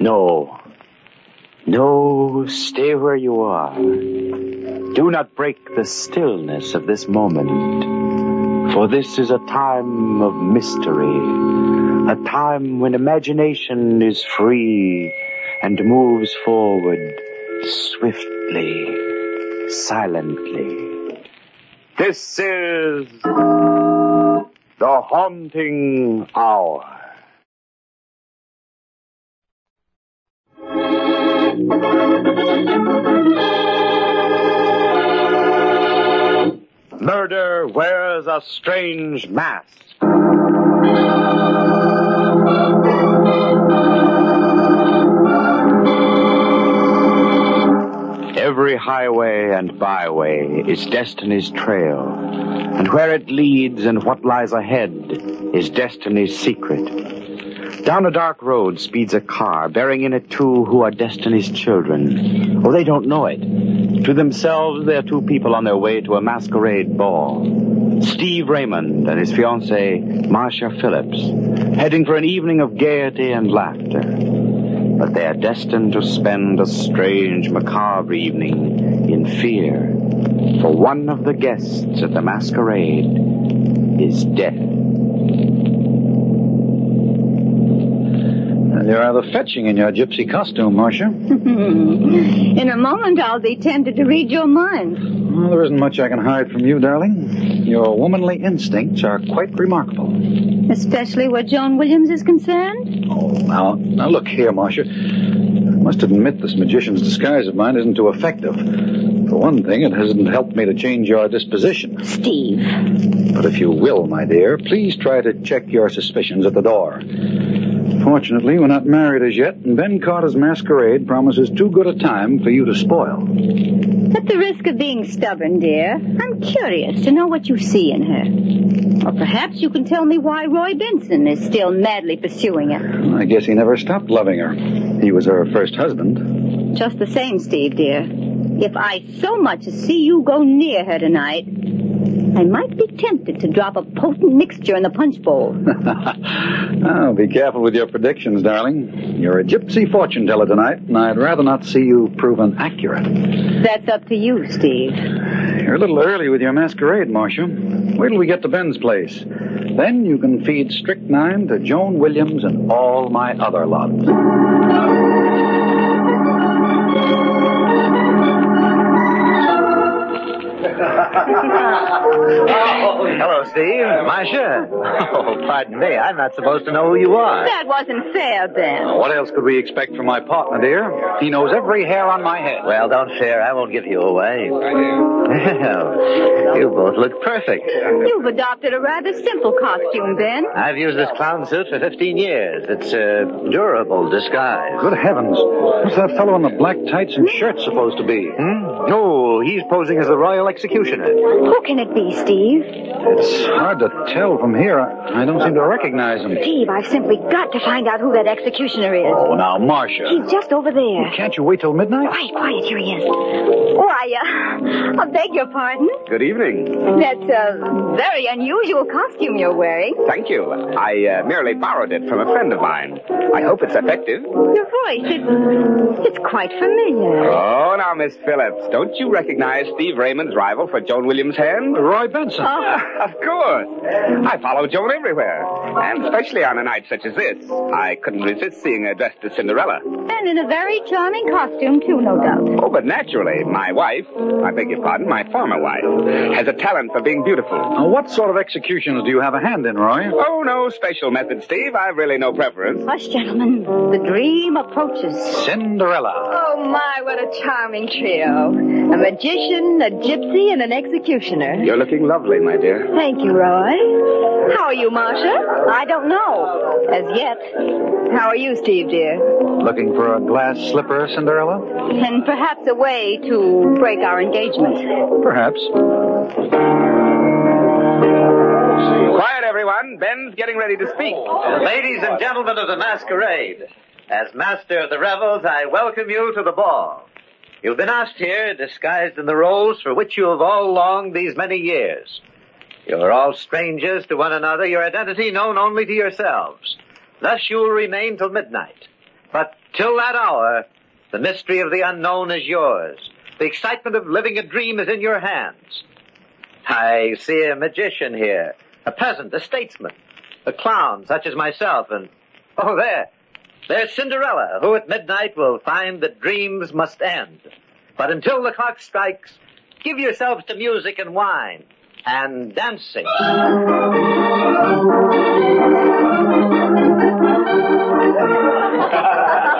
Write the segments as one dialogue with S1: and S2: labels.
S1: No. No, stay where you are. Do not break the stillness of this moment. For this is a time of mystery. A time when imagination is free and moves forward swiftly, silently. This is the haunting hour. Murder wears a strange mask. Every highway and byway is destiny's trail, and where it leads and what lies ahead is destiny's secret. Down a dark road speeds a car, bearing in it two who are destiny's children. Oh, they don't know it. To themselves, they are two people on their way to a masquerade ball. Steve Raymond and his fiancée, Marcia Phillips, heading for an evening of gaiety and laughter. But they are destined to spend a strange, macabre evening in fear. For one of the guests at the masquerade is dead.
S2: You're rather fetching in your gypsy costume, Marcia.
S3: Mm-hmm. In a moment, I'll be tempted to read your mind.
S2: Well, there isn't much I can hide from you, darling. Your womanly instincts are quite remarkable.
S3: Especially where Joan Williams is concerned.
S2: Oh, now, now look here, Marcia. I must admit this magician's disguise of mine isn't too effective. For one thing, it hasn't helped me to change your disposition.
S3: Steve.
S2: But if you will, my dear, please try to check your suspicions at the door. Fortunately, we're not married as yet, and Ben Carter's masquerade promises too good a time for you to spoil.
S3: At the risk of being stubborn, dear, I'm curious to know what you see in her. Or perhaps you can tell me why Roy Benson is still madly pursuing her.
S2: I guess he never stopped loving her. He was her first husband.
S3: Just the same, Steve, dear. If I so much as see you go near her tonight, I might be tempted to drop a potent mixture in the punch bowl.
S2: Oh, be careful with your predictions, darling. You're a gypsy fortune teller tonight, and I'd rather not see you proven accurate.
S3: That's up to you, Steve.
S2: You're a little early with your masquerade, Marcia. Wait till we get to Ben's place. Then you can feed strychnine to Joan Williams and all my other lot.
S4: Hello, Steve. Marcia. Oh, pardon me. I'm not supposed to know who you are.
S3: That wasn't fair, Ben.
S2: What else could we expect from my partner, dear? He knows every hair on my head.
S4: Well, don't share. I won't give you away. Well, you both look perfect.
S3: You've adopted a rather simple costume, Ben.
S4: I've used this clown suit for 15 years. It's a durable disguise.
S2: Good heavens. What's that fellow in the black tights and shirt supposed to be?
S4: Hmm? No, he's posing as the royal executioner.
S3: Who can it be, Steve?
S2: It's hard to tell from here. I, I don't seem to recognize him.
S3: Steve, I've simply got to find out who that executioner is.
S2: Oh, now, Marcia.
S3: He's just over there.
S2: Can't you wait till midnight?
S3: Quiet, quiet, here he is. Oh, I, uh, I beg your pardon.
S4: Good evening.
S3: That's a very unusual costume you're wearing.
S4: Thank you. I uh, merely borrowed it from a friend of mine. I hope it's effective.
S3: Your voice, it, it's quite familiar.
S4: Oh, now, Miss Phillips, don't you recognize Steve Raymond's rival for Joan Williams' hand? Ah,
S2: Roy Benson.
S4: Of course. I follow Joan everywhere. And especially on a night such as this. I couldn't resist seeing her dressed as Cinderella.
S3: And in a very charming costume, too, no doubt.
S4: Oh, but naturally, my wife, I beg your pardon, my former wife, has a talent for being beautiful.
S2: Now, what sort of executions do you have a hand in, Roy?
S4: Oh, no special method, Steve. I've really no preference.
S3: Hush, gentlemen. The dream approaches.
S2: Cinderella.
S3: Oh, my, what a charming trio. A magician, a gypsy, and an executioner.
S4: You're looking lovely, my dear.
S3: Thank you, Roy. How are you, Marcia? I don't know. As yet. How are you, Steve, dear?
S2: Looking for a glass slipper, Cinderella?
S3: And perhaps a way to break our engagement.
S2: Perhaps.
S4: Quiet, everyone. Ben's getting ready to speak.
S5: Ladies and gentlemen of the masquerade,
S1: As master of the revels, I welcome you to the ball. You've been asked here, disguised in the roles for which you have all longed these many years. You're all strangers to one another, your identity known only to yourselves. Thus you will remain till midnight. But till that hour, the mystery of the unknown is yours. The excitement of living a dream is in your hands. I see a magician here, a peasant, a statesman, a clown such as myself, and oh there, there's Cinderella, who at midnight will find that dreams must end. But until the clock strikes, give yourselves to music and wine and dancing.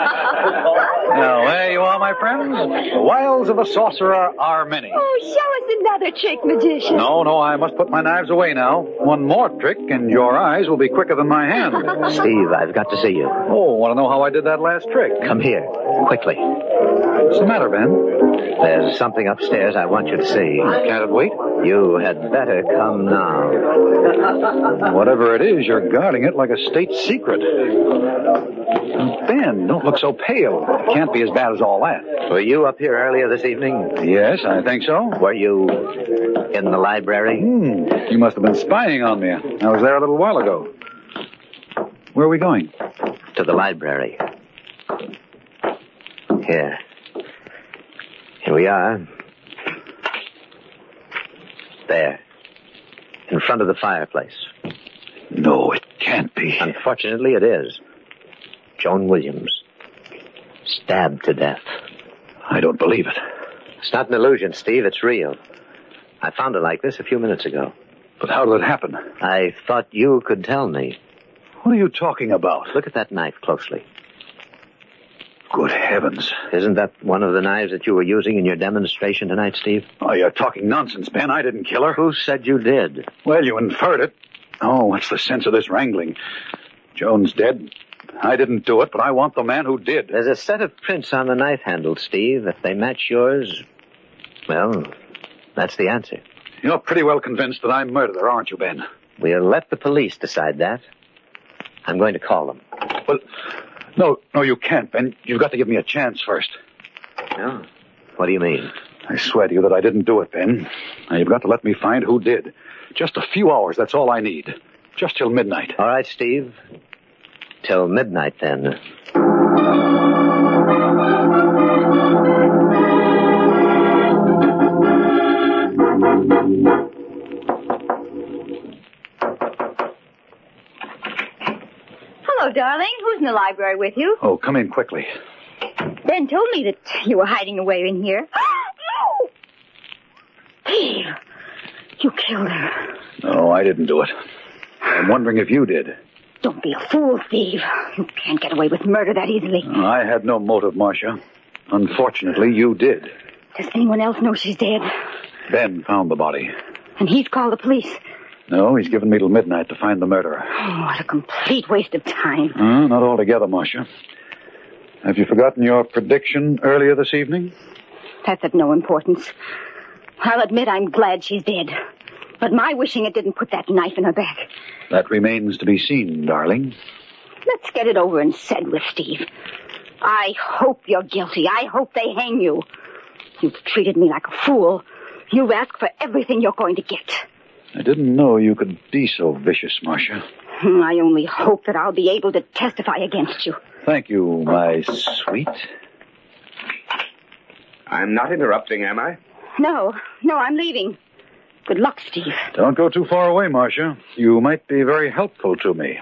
S2: Now, there you are, my friends. The wiles of a sorcerer are many.
S3: Oh, show us another trick, magician.
S2: No, no, I must put my knives away now. One more trick, and your eyes will be quicker than my hand.
S1: Steve, I've got to see you.
S2: Oh, want to know how I did that last trick?
S1: Come here, quickly.
S2: What's the matter, Ben?
S1: There's something upstairs I want you to see.
S2: Can't it wait?
S1: You had better come now.
S2: Whatever it is, you're guarding it like a state secret. Ben, don't look so pale. It can't be as bad as all that.
S1: Were you up here earlier this evening?
S2: Yes, I think so.
S1: Were you in the library?
S2: Hmm, you must have been spying on me. I was there a little while ago. Where are we going?
S1: To the library. Here. Here we are. There. In front of the fireplace.
S2: No, it can't be.
S1: Unfortunately, it is. Joan Williams. Stabbed to death.
S2: I don't believe it.
S1: It's not an illusion, Steve. It's real. I found it like this a few minutes ago.
S2: But how did it happen?
S1: I thought you could tell me.
S2: What are you talking about?
S1: Look at that knife closely.
S2: Good heavens.
S1: Isn't that one of the knives that you were using in your demonstration tonight, Steve?
S2: Oh, you're talking nonsense, Ben. I didn't kill her.
S1: Who said you did?
S2: Well, you inferred it. Oh, what's the sense of this wrangling? Joan's dead. I didn't do it, but I want the man who did.
S1: There's a set of prints on the knife handle, Steve. If they match yours, well, that's the answer.
S2: You're pretty well convinced that I murdered her, aren't you, Ben?
S1: We'll let the police decide that. I'm going to call them.
S2: Well, no, no, you can't, Ben. You've got to give me a chance first.
S1: No. What do you mean?
S2: I swear to you that I didn't do it, Ben. Now, you've got to let me find who did. Just a few hours, that's all I need. Just till midnight.
S1: All right, Steve. Till midnight then.
S3: Hello, darling. Who's in the library with you?
S2: Oh, come in quickly.
S3: Ben told me that you were hiding away in here. no! Steve, you killed her.
S2: No, I didn't do it. I'm wondering if you did.
S3: Don't be a fool, Steve. You can't get away with murder that easily.
S2: I had no motive, Marcia. Unfortunately, you did.
S3: Does anyone else know she's dead?
S2: Ben found the body.
S3: And he's called the police.
S2: No, he's given me till midnight to find the murderer.
S3: Oh, what a complete waste of time.
S2: Uh, not altogether, Marcia. Have you forgotten your prediction earlier this evening?
S3: That's of no importance. I'll admit I'm glad she's dead. But my wishing it didn't put that knife in her back.
S2: That remains to be seen, darling.
S3: Let's get it over and said with Steve. I hope you're guilty. I hope they hang you. You've treated me like a fool. You ask for everything you're going to get.
S2: I didn't know you could be so vicious, Marcia.
S3: Hmm, I only hope that I'll be able to testify against you.
S2: Thank you, my sweet.
S4: I'm not interrupting, am I?
S3: No, no, I'm leaving. Good luck, Steve.
S2: Don't go too far away, Marcia. You might be very helpful to me.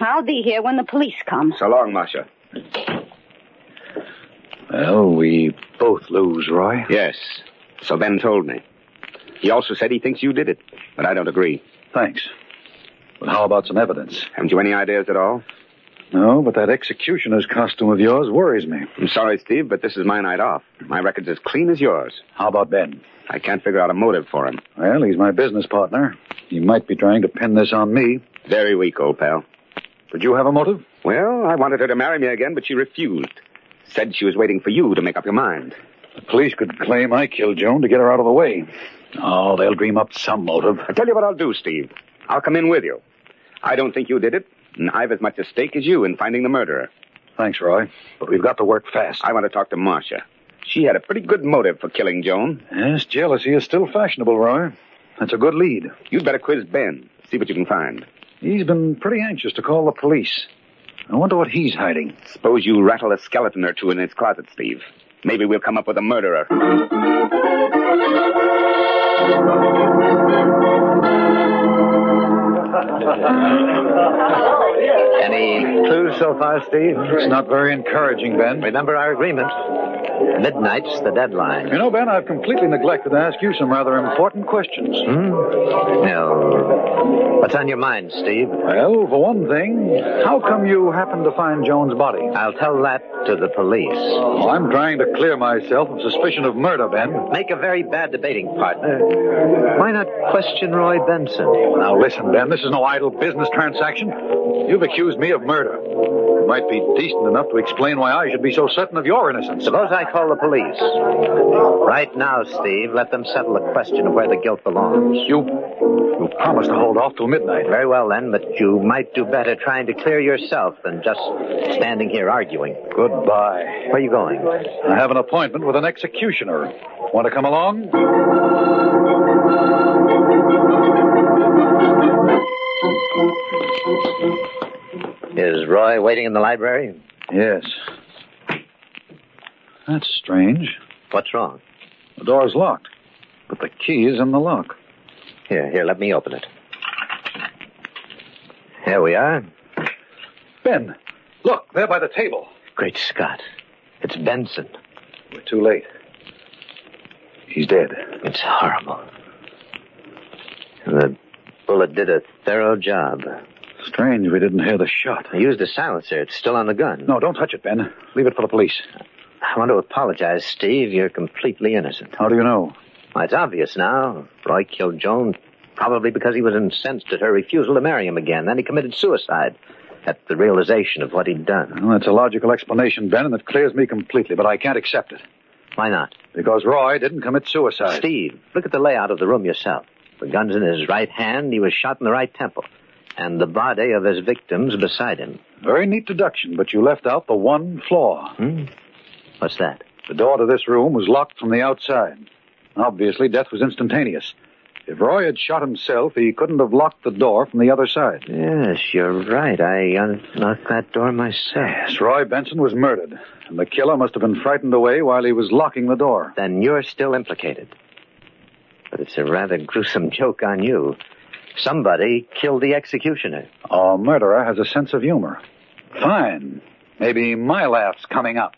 S3: I'll be here when the police come.
S4: So long, Marcia.
S2: Well, we both lose, Roy.
S4: Yes. So Ben told me. He also said he thinks you did it, but I don't agree.
S2: Thanks. But how about some evidence?
S4: Haven't you any ideas at all?
S2: No, but that executioner's costume of yours worries me.
S4: I'm sorry, Steve, but this is my night off. My record's as clean as yours.
S2: How about Ben?
S4: I can't figure out a motive for him.
S2: Well, he's my business partner. He might be trying to pin this on me.
S4: Very weak, old pal.
S2: Did you have a motive?
S4: Well, I wanted her to marry me again, but she refused. Said she was waiting for you to make up your mind.
S2: The police could claim I killed Joan to get her out of the way. Oh, they'll dream up some motive.
S4: I'll tell you what I'll do, Steve. I'll come in with you. I don't think you did it, and I've as much a stake as you in finding the murderer.
S2: Thanks, Roy. But we've got to work fast.
S4: I want to talk to Marcia. She had a pretty good motive for killing Joan.
S2: Yes, jealousy is still fashionable, Roy. That's a good lead.
S4: You'd better quiz Ben. See what you can find.
S2: He's been pretty anxious to call the police. I wonder what he's hiding.
S4: Suppose you rattle a skeleton or two in his closet, Steve. Maybe we'll come up with a murderer.
S1: Any clues so far, Steve?
S2: It's not very encouraging, Ben.
S1: Remember our agreement. Midnight's the deadline.
S2: You know, Ben, I've completely neglected to ask you some rather important questions.
S1: Hmm? No. What's on your mind, Steve?
S2: Well, for one thing, how come you happened to find Joan's body?
S1: I'll tell that to the police.
S2: Oh, I'm trying to clear myself of suspicion of murder, Ben.
S1: Make a very bad debating
S2: Uh,
S1: partner. Why not question Roy Benson?
S2: Now listen, Ben, this is no idle business transaction. You've accused me of murder. You might be decent enough to explain why I should be so certain of your innocence.
S1: Suppose I call the police. Right now, Steve, let them settle the question of where the guilt belongs.
S2: You, you promised to hold off till midnight.
S1: Very well, then, but you might do better trying to clear yourself than just standing here arguing.
S2: Goodbye.
S1: Where are you going?
S2: I have an appointment with an executioner. Want to come along?
S1: Is Roy waiting in the library?
S2: Yes. That's strange.
S1: What's wrong?
S2: The door's locked, but the key is in the lock.
S1: Here, here, let me open it. Here we are.
S2: Ben, look, there by the table.
S1: Great Scott. It's Benson.
S2: We're too late. He's dead.
S1: It's horrible. And the bullet did a thorough job.
S2: Strange we didn't hear the shot.
S1: I used a silencer. It's still on the gun.
S2: No, don't touch it, Ben. Leave it for the police.
S1: I want to apologize, Steve. You're completely innocent.
S2: How do you know?
S1: Well, it's obvious now. Roy killed Joan probably because he was incensed at her refusal to marry him again. Then he committed suicide at the realization of what he'd done.
S2: Well, that's a logical explanation, Ben, and it clears me completely, but I can't accept it.
S1: Why not?
S2: Because Roy didn't commit suicide.
S1: Steve, look at the layout of the room yourself. The gun's in his right hand. He was shot in the right temple. And the body of his victims beside him.
S2: Very neat deduction, but you left out the one flaw.
S1: Hmm? What's that?
S2: The door to this room was locked from the outside. Obviously, death was instantaneous. If Roy had shot himself, he couldn't have locked the door from the other side.
S1: Yes, you're right. I unlocked that door myself.
S2: Yes, Roy Benson was murdered, and the killer must have been frightened away while he was locking the door.
S1: Then you're still implicated. But it's a rather gruesome joke on you. Somebody killed the executioner.
S2: A murderer has a sense of humor. Fine. Maybe my laugh's coming up.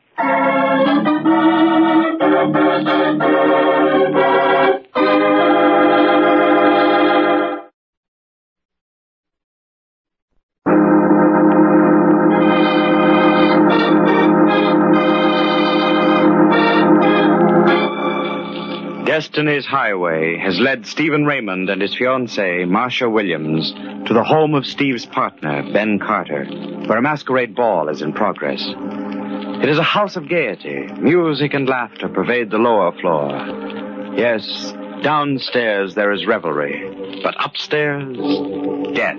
S6: Destiny's Highway has led Stephen Raymond and his fiancée, Marcia Williams, to the home of Steve's partner, Ben Carter, where a masquerade ball is in progress. It is a house of gaiety. Music and laughter pervade the lower floor. Yes, downstairs there is revelry, but upstairs, death.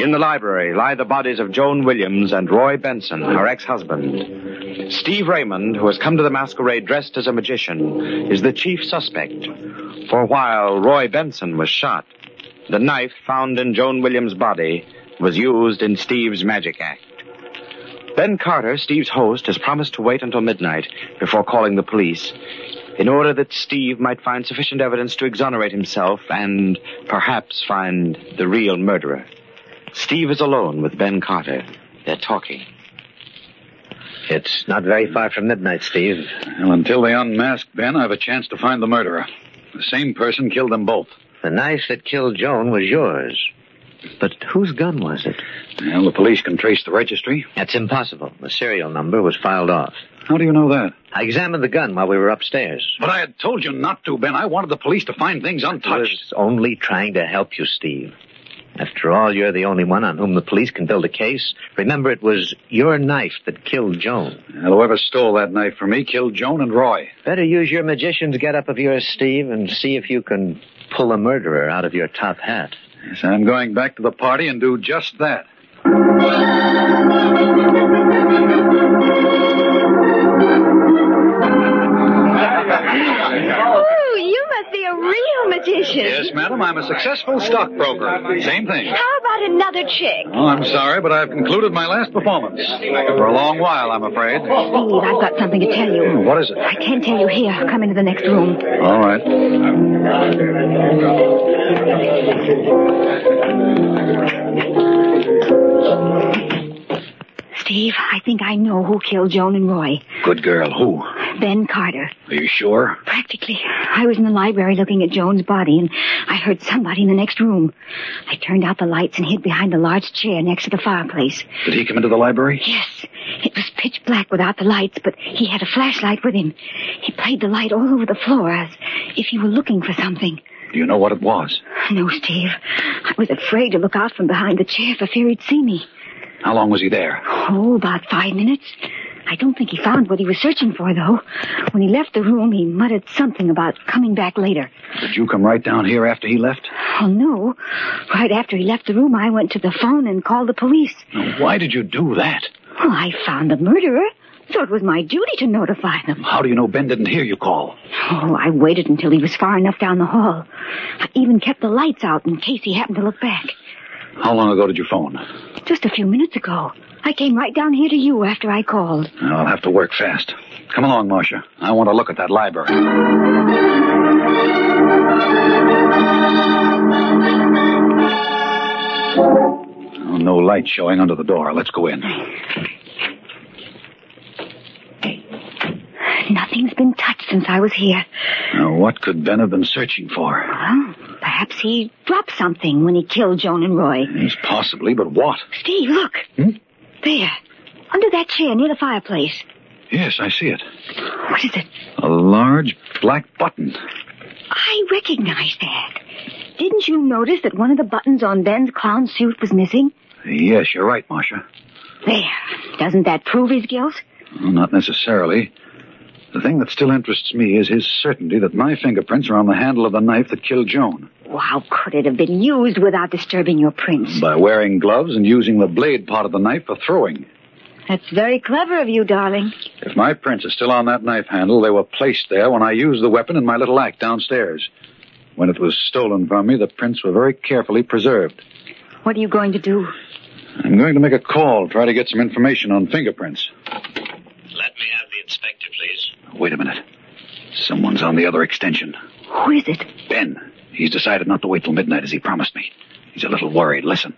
S6: In the library lie the bodies of Joan Williams and Roy Benson, her ex-husband. Steve Raymond, who has come to the masquerade dressed as a magician, is the chief suspect. For while Roy Benson was shot, the knife found in Joan Williams' body was used in Steve's magic act. Ben Carter, Steve's host, has promised to wait until midnight before calling the police in order that Steve might find sufficient evidence to exonerate himself and perhaps find the real murderer. Steve is alone with Ben Carter. They're talking.
S1: It's not very far from midnight, Steve.
S2: Well, until they unmask Ben, I have a chance to find the murderer. The same person killed them both.
S1: The knife that killed Joan was yours. But whose gun was it?
S2: Well, the police can trace the registry.
S1: That's impossible. The serial number was filed off.
S2: How do you know that?
S1: I examined the gun while we were upstairs.
S2: But I had told you not to, Ben. I wanted the police to find things
S1: I
S2: untouched.
S1: was only trying to help you, Steve. After all, you're the only one on whom the police can build a case. Remember, it was your knife that killed Joan.
S2: Well, whoever stole that knife from me killed Joan and Roy.
S1: Better use your magician's getup of yours, Steve, and see if you can pull a murderer out of your top hat.
S2: Yes, I'm going back to the party and do just that.
S3: Oh, you must be a real magician.
S2: Yes, madam, I'm a successful stockbroker. Same thing.
S3: How about another chick?
S2: Oh, I'm sorry, but I've concluded my last performance. For a long while, I'm afraid.
S3: Steve, I've got something to tell you.
S2: Mm, What is it?
S3: I can't tell you here. Come into the next room.
S2: All right.
S3: Steve, I think I know who killed Joan and Roy.
S2: Good girl. Who?
S3: Ben Carter.
S2: Are you sure?
S3: Practically. I was in the library looking at Joan's body, and I heard somebody in the next room. I turned out the lights and hid behind the large chair next to the fireplace.
S2: Did he come into the library?
S3: Yes, it was pitch black without the lights, but he had a flashlight with him. He played the light all over the floor as if he were looking for something.
S2: Do you know what it was?
S3: No, Steve. I was afraid to look out from behind the chair for fear he'd see me.
S2: How long was he there?
S3: Oh, about five minutes. I don't think he found what he was searching for, though. When he left the room, he muttered something about coming back later.
S2: Did you come right down here after he left?
S3: Oh, no. Right after he left the room, I went to the phone and called the police.
S2: Now, Why did you do that?
S3: Well, I found the murderer, so it was my duty to notify them.
S2: How do you know Ben didn't hear you call?
S3: Oh, I waited until he was far enough down the hall. I even kept the lights out in case he happened to look back.
S2: How long ago did you phone?
S3: Just a few minutes ago, I came right down here to you after I called.
S2: I'll have to work fast. Come along, Marcia. I want to look at that library. Oh, no light showing under the door. Let's go in.
S3: Nothing's been touched since I was here.
S2: Now, what could Ben have been searching for?
S3: Well, perhaps he dropped something when he killed Joan and Roy.
S2: Yes, possibly, but what?
S3: Steve, look.
S2: Hmm?
S3: There. Under that chair near the fireplace.
S2: Yes, I see it.
S3: What is it?
S2: A large black button.
S3: I recognize that. Didn't you notice that one of the buttons on Ben's clown suit was missing?
S2: Yes, you're right, Marcia.
S3: There. Doesn't that prove his guilt?
S2: Well, not necessarily. The thing that still interests me is his certainty that my fingerprints are on the handle of the knife that killed Joan.
S3: Well, how could it have been used without disturbing your prints?
S2: By wearing gloves and using the blade part of the knife for throwing.
S3: That's very clever of you, darling.
S2: If my prints are still on that knife handle, they were placed there when I used the weapon in my little act downstairs. When it was stolen from me, the prints were very carefully preserved.
S3: What are you going to do?
S2: I'm going to make a call, try to get some information on fingerprints.
S7: Let me have the inspector, please.
S2: Wait a minute. Someone's on the other extension.
S3: Who is it?
S2: Ben, he's decided not to wait till midnight as he promised me. He's a little worried. Listen.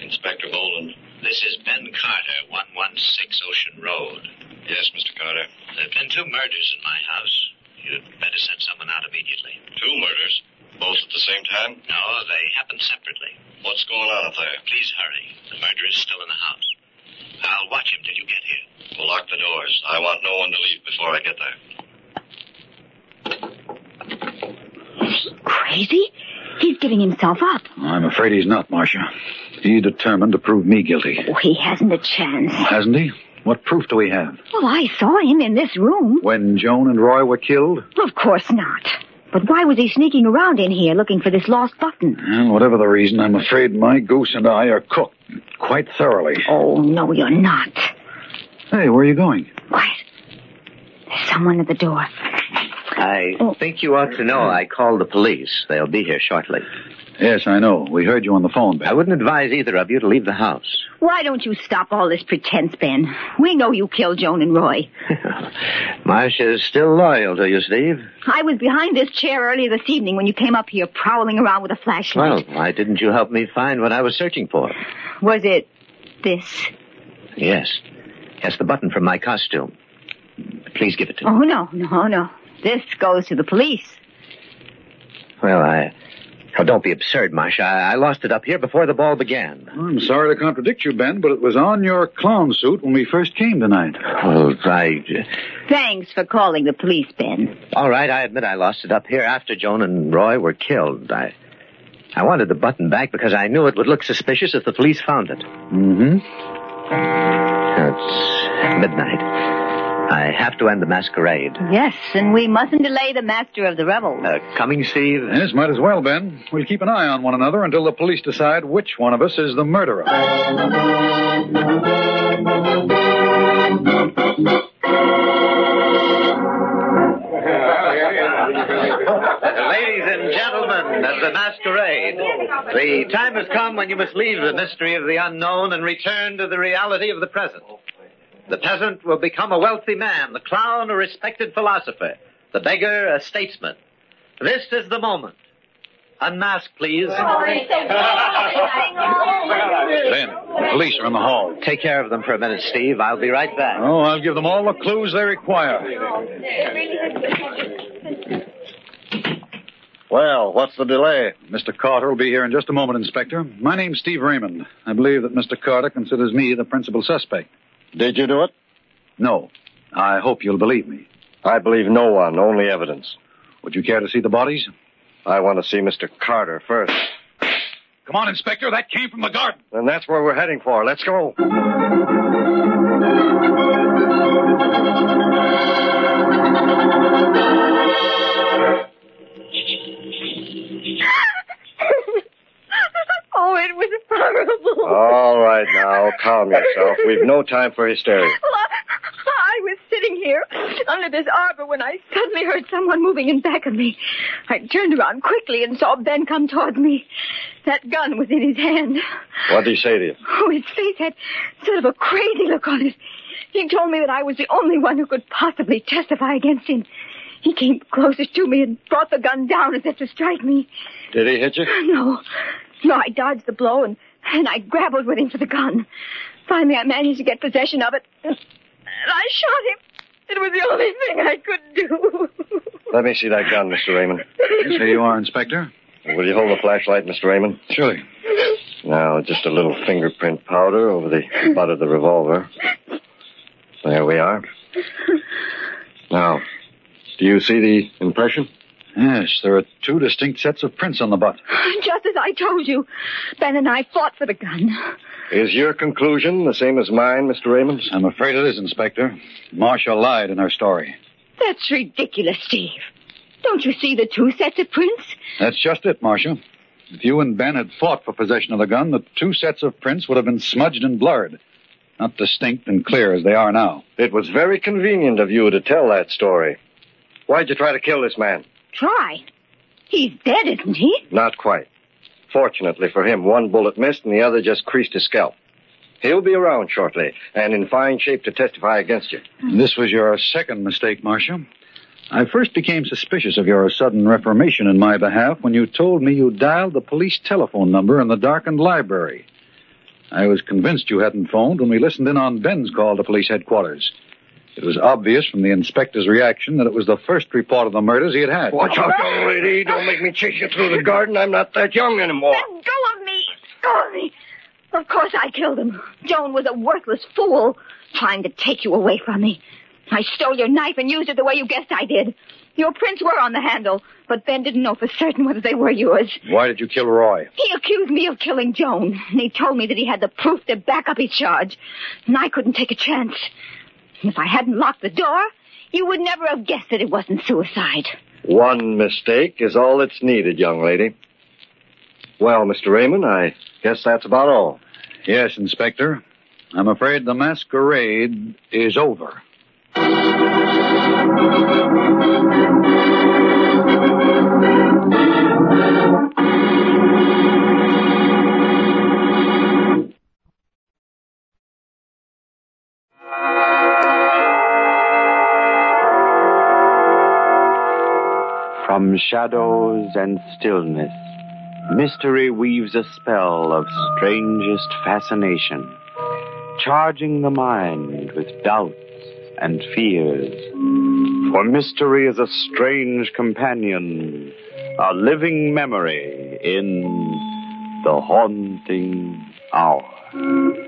S7: Inspector Boland. This is Ben Carter, 116 Ocean Road. Yes, Mr. Carter. There have been two murders in my house. You'd better send someone out immediately. Two murders? Both at the same time? No, they happened separately. What's going on up there? Please hurry. The murderer's still in the house. I'll watch him till you get here. We'll lock the doors. I want no one to leave before I get there.
S3: Crazy? He's giving himself up.
S2: I'm afraid he's not, Marcia. He determined to prove me guilty.
S3: Oh, he hasn't a chance.
S2: Hasn't he? What proof do we have?
S3: Well, I saw him in this room.
S2: When Joan and Roy were killed?
S3: Of course not. But why was he sneaking around in here looking for this lost button?
S2: Well, whatever the reason, I'm afraid my goose and I are cooked quite thoroughly.
S3: Oh, no, you're not.
S2: Hey, where are you going?
S3: Quiet. There's someone at the door.
S1: I
S3: Oh.
S1: think you ought to know I called the police. They'll be here shortly.
S2: Yes, I know. We heard you on the phone,
S1: I
S2: Ben.
S1: wouldn't advise either of you to leave the house.
S3: Why don't you stop all this pretense, Ben? We know you killed Joan and Roy.
S1: Marcia's still loyal to you, Steve.
S3: I was behind this chair earlier this evening when you came up here prowling around with a
S1: Well,
S3: flashlight.
S1: why didn't you help me find what I was searching for?
S3: Was it this?
S1: Yes. Yes, the button from my costume. Please give it to me.
S3: Oh, no, no, no. This goes to the police.
S1: Well, I. Oh, don't be absurd, Marcia. I, I lost it up here before the ball began.
S2: I'm sorry to contradict you, Ben, but it was on your clown suit when we first came tonight.
S1: Well, I.
S3: Thanks for calling the police, Ben.
S1: All right, I admit I lost it up here after Joan and Roy were killed. I. I wanted the button back because I knew it would look suspicious if the police found it.
S2: Mm-hmm.
S1: It's midnight. I have to end the masquerade.
S8: Yes, and we mustn't delay the master of the rebels.
S1: Uh, coming, Steve?
S2: Yes, might as well, Ben. We'll keep an eye on one another until the police decide which one of us is the murderer.
S1: Ladies and gentlemen of the masquerade, the time has come when you must leave the mystery of the unknown and return to the reality of the present. The peasant will become a wealthy man, the clown a respected philosopher, the beggar a statesman. This is the moment. Unmask, please.
S2: Ben, the police are in the hall.
S1: Take care of them for a minute, Steve. I'll be right back.
S2: Oh, I'll give them all the clues they require. Well, what's the delay? Mr. Carter will be here in just a moment, Inspector. My name's Steve Raymond. I believe that Mr. Carter considers me the principal suspect.
S9: Did you do it?
S2: No. I hope you'll believe me.
S9: I believe no one, only evidence.
S2: Would you care to see the bodies?
S9: I want to see Mr. Carter first.
S2: Come on, Inspector. That came from the garden.
S9: And that's where we're heading for. Let's go.
S3: oh, it was horrible.
S9: All right now, calm yourself. We've no time for hysteria.
S3: Well, I was sitting here under this arbor when I suddenly heard someone moving in back of me. I turned around quickly and saw Ben come toward me. That gun was in his hand.
S9: What did he say to you?
S3: Oh, his face had sort of a crazy look on it. He told me that I was the only one who could possibly testify against him. He came closest to me and brought the gun down as if to strike me.
S9: Did he hit you?
S3: No. No, I dodged the blow and, and I grappled with him for the gun. Finally, I managed to get possession of it. And I shot him. It was the only thing I could do.
S9: Let me see that gun, Mr. Raymond.
S2: Yes, here you are, Inspector.
S9: Will you hold the flashlight, Mr. Raymond?
S2: Surely.
S9: Now, just a little fingerprint powder over the butt of the revolver. There we are. Now, do you see the impression?
S2: Yes, there are two distinct sets of prints on the butt.
S3: Just as I told you, Ben and I fought for the gun.
S9: Is your conclusion the same as mine, Mr. Raymond?
S2: I'm afraid it is, Inspector. Marcia lied in her story.
S10: That's ridiculous, Steve. Don't you see the two sets of prints?
S2: That's just it, Marcia. If you and Ben had fought for possession of the gun, the two sets of prints would have been smudged and blurred, not distinct and clear as they are now.
S9: It was very convenient of you to tell that story. Why'd you try to kill this man?
S10: Try. He's dead, isn't he?
S9: Not quite. Fortunately for him, one bullet missed and the other just creased his scalp. He'll be around shortly and in fine shape to testify against you.
S2: This was your second mistake, Marcia. I first became suspicious of your sudden reformation in my behalf when you told me you dialed the police telephone number in the darkened library. I was convinced you hadn't phoned when we listened in on Ben's call to police headquarters. It was obvious from the inspector's reaction that it was the first report of the murders he had had.
S9: Watch out, young lady. Don't make me chase you through the garden. I'm not that young anymore.
S3: Let go of me! Go of me! Of course I killed him. Joan was a worthless fool trying to take you away from me. I stole your knife and used it the way you guessed I did. Your prints were on the handle, but Ben didn't know for certain whether they were yours.
S2: Why did you kill Roy?
S3: He accused me of killing Joan, and he told me that he had the proof to back up his charge, and I couldn't take a chance. If I hadn't locked the door, you would never have guessed that it wasn't suicide.
S9: One mistake is all that's needed, young lady. Well, Mr. Raymond, I guess that's about all.
S2: Yes, Inspector. I'm afraid the masquerade is over.
S11: From shadows and stillness, mystery weaves a spell of strangest fascination, charging the mind with doubts and fears. For mystery is a strange companion, a living memory in the haunting hour.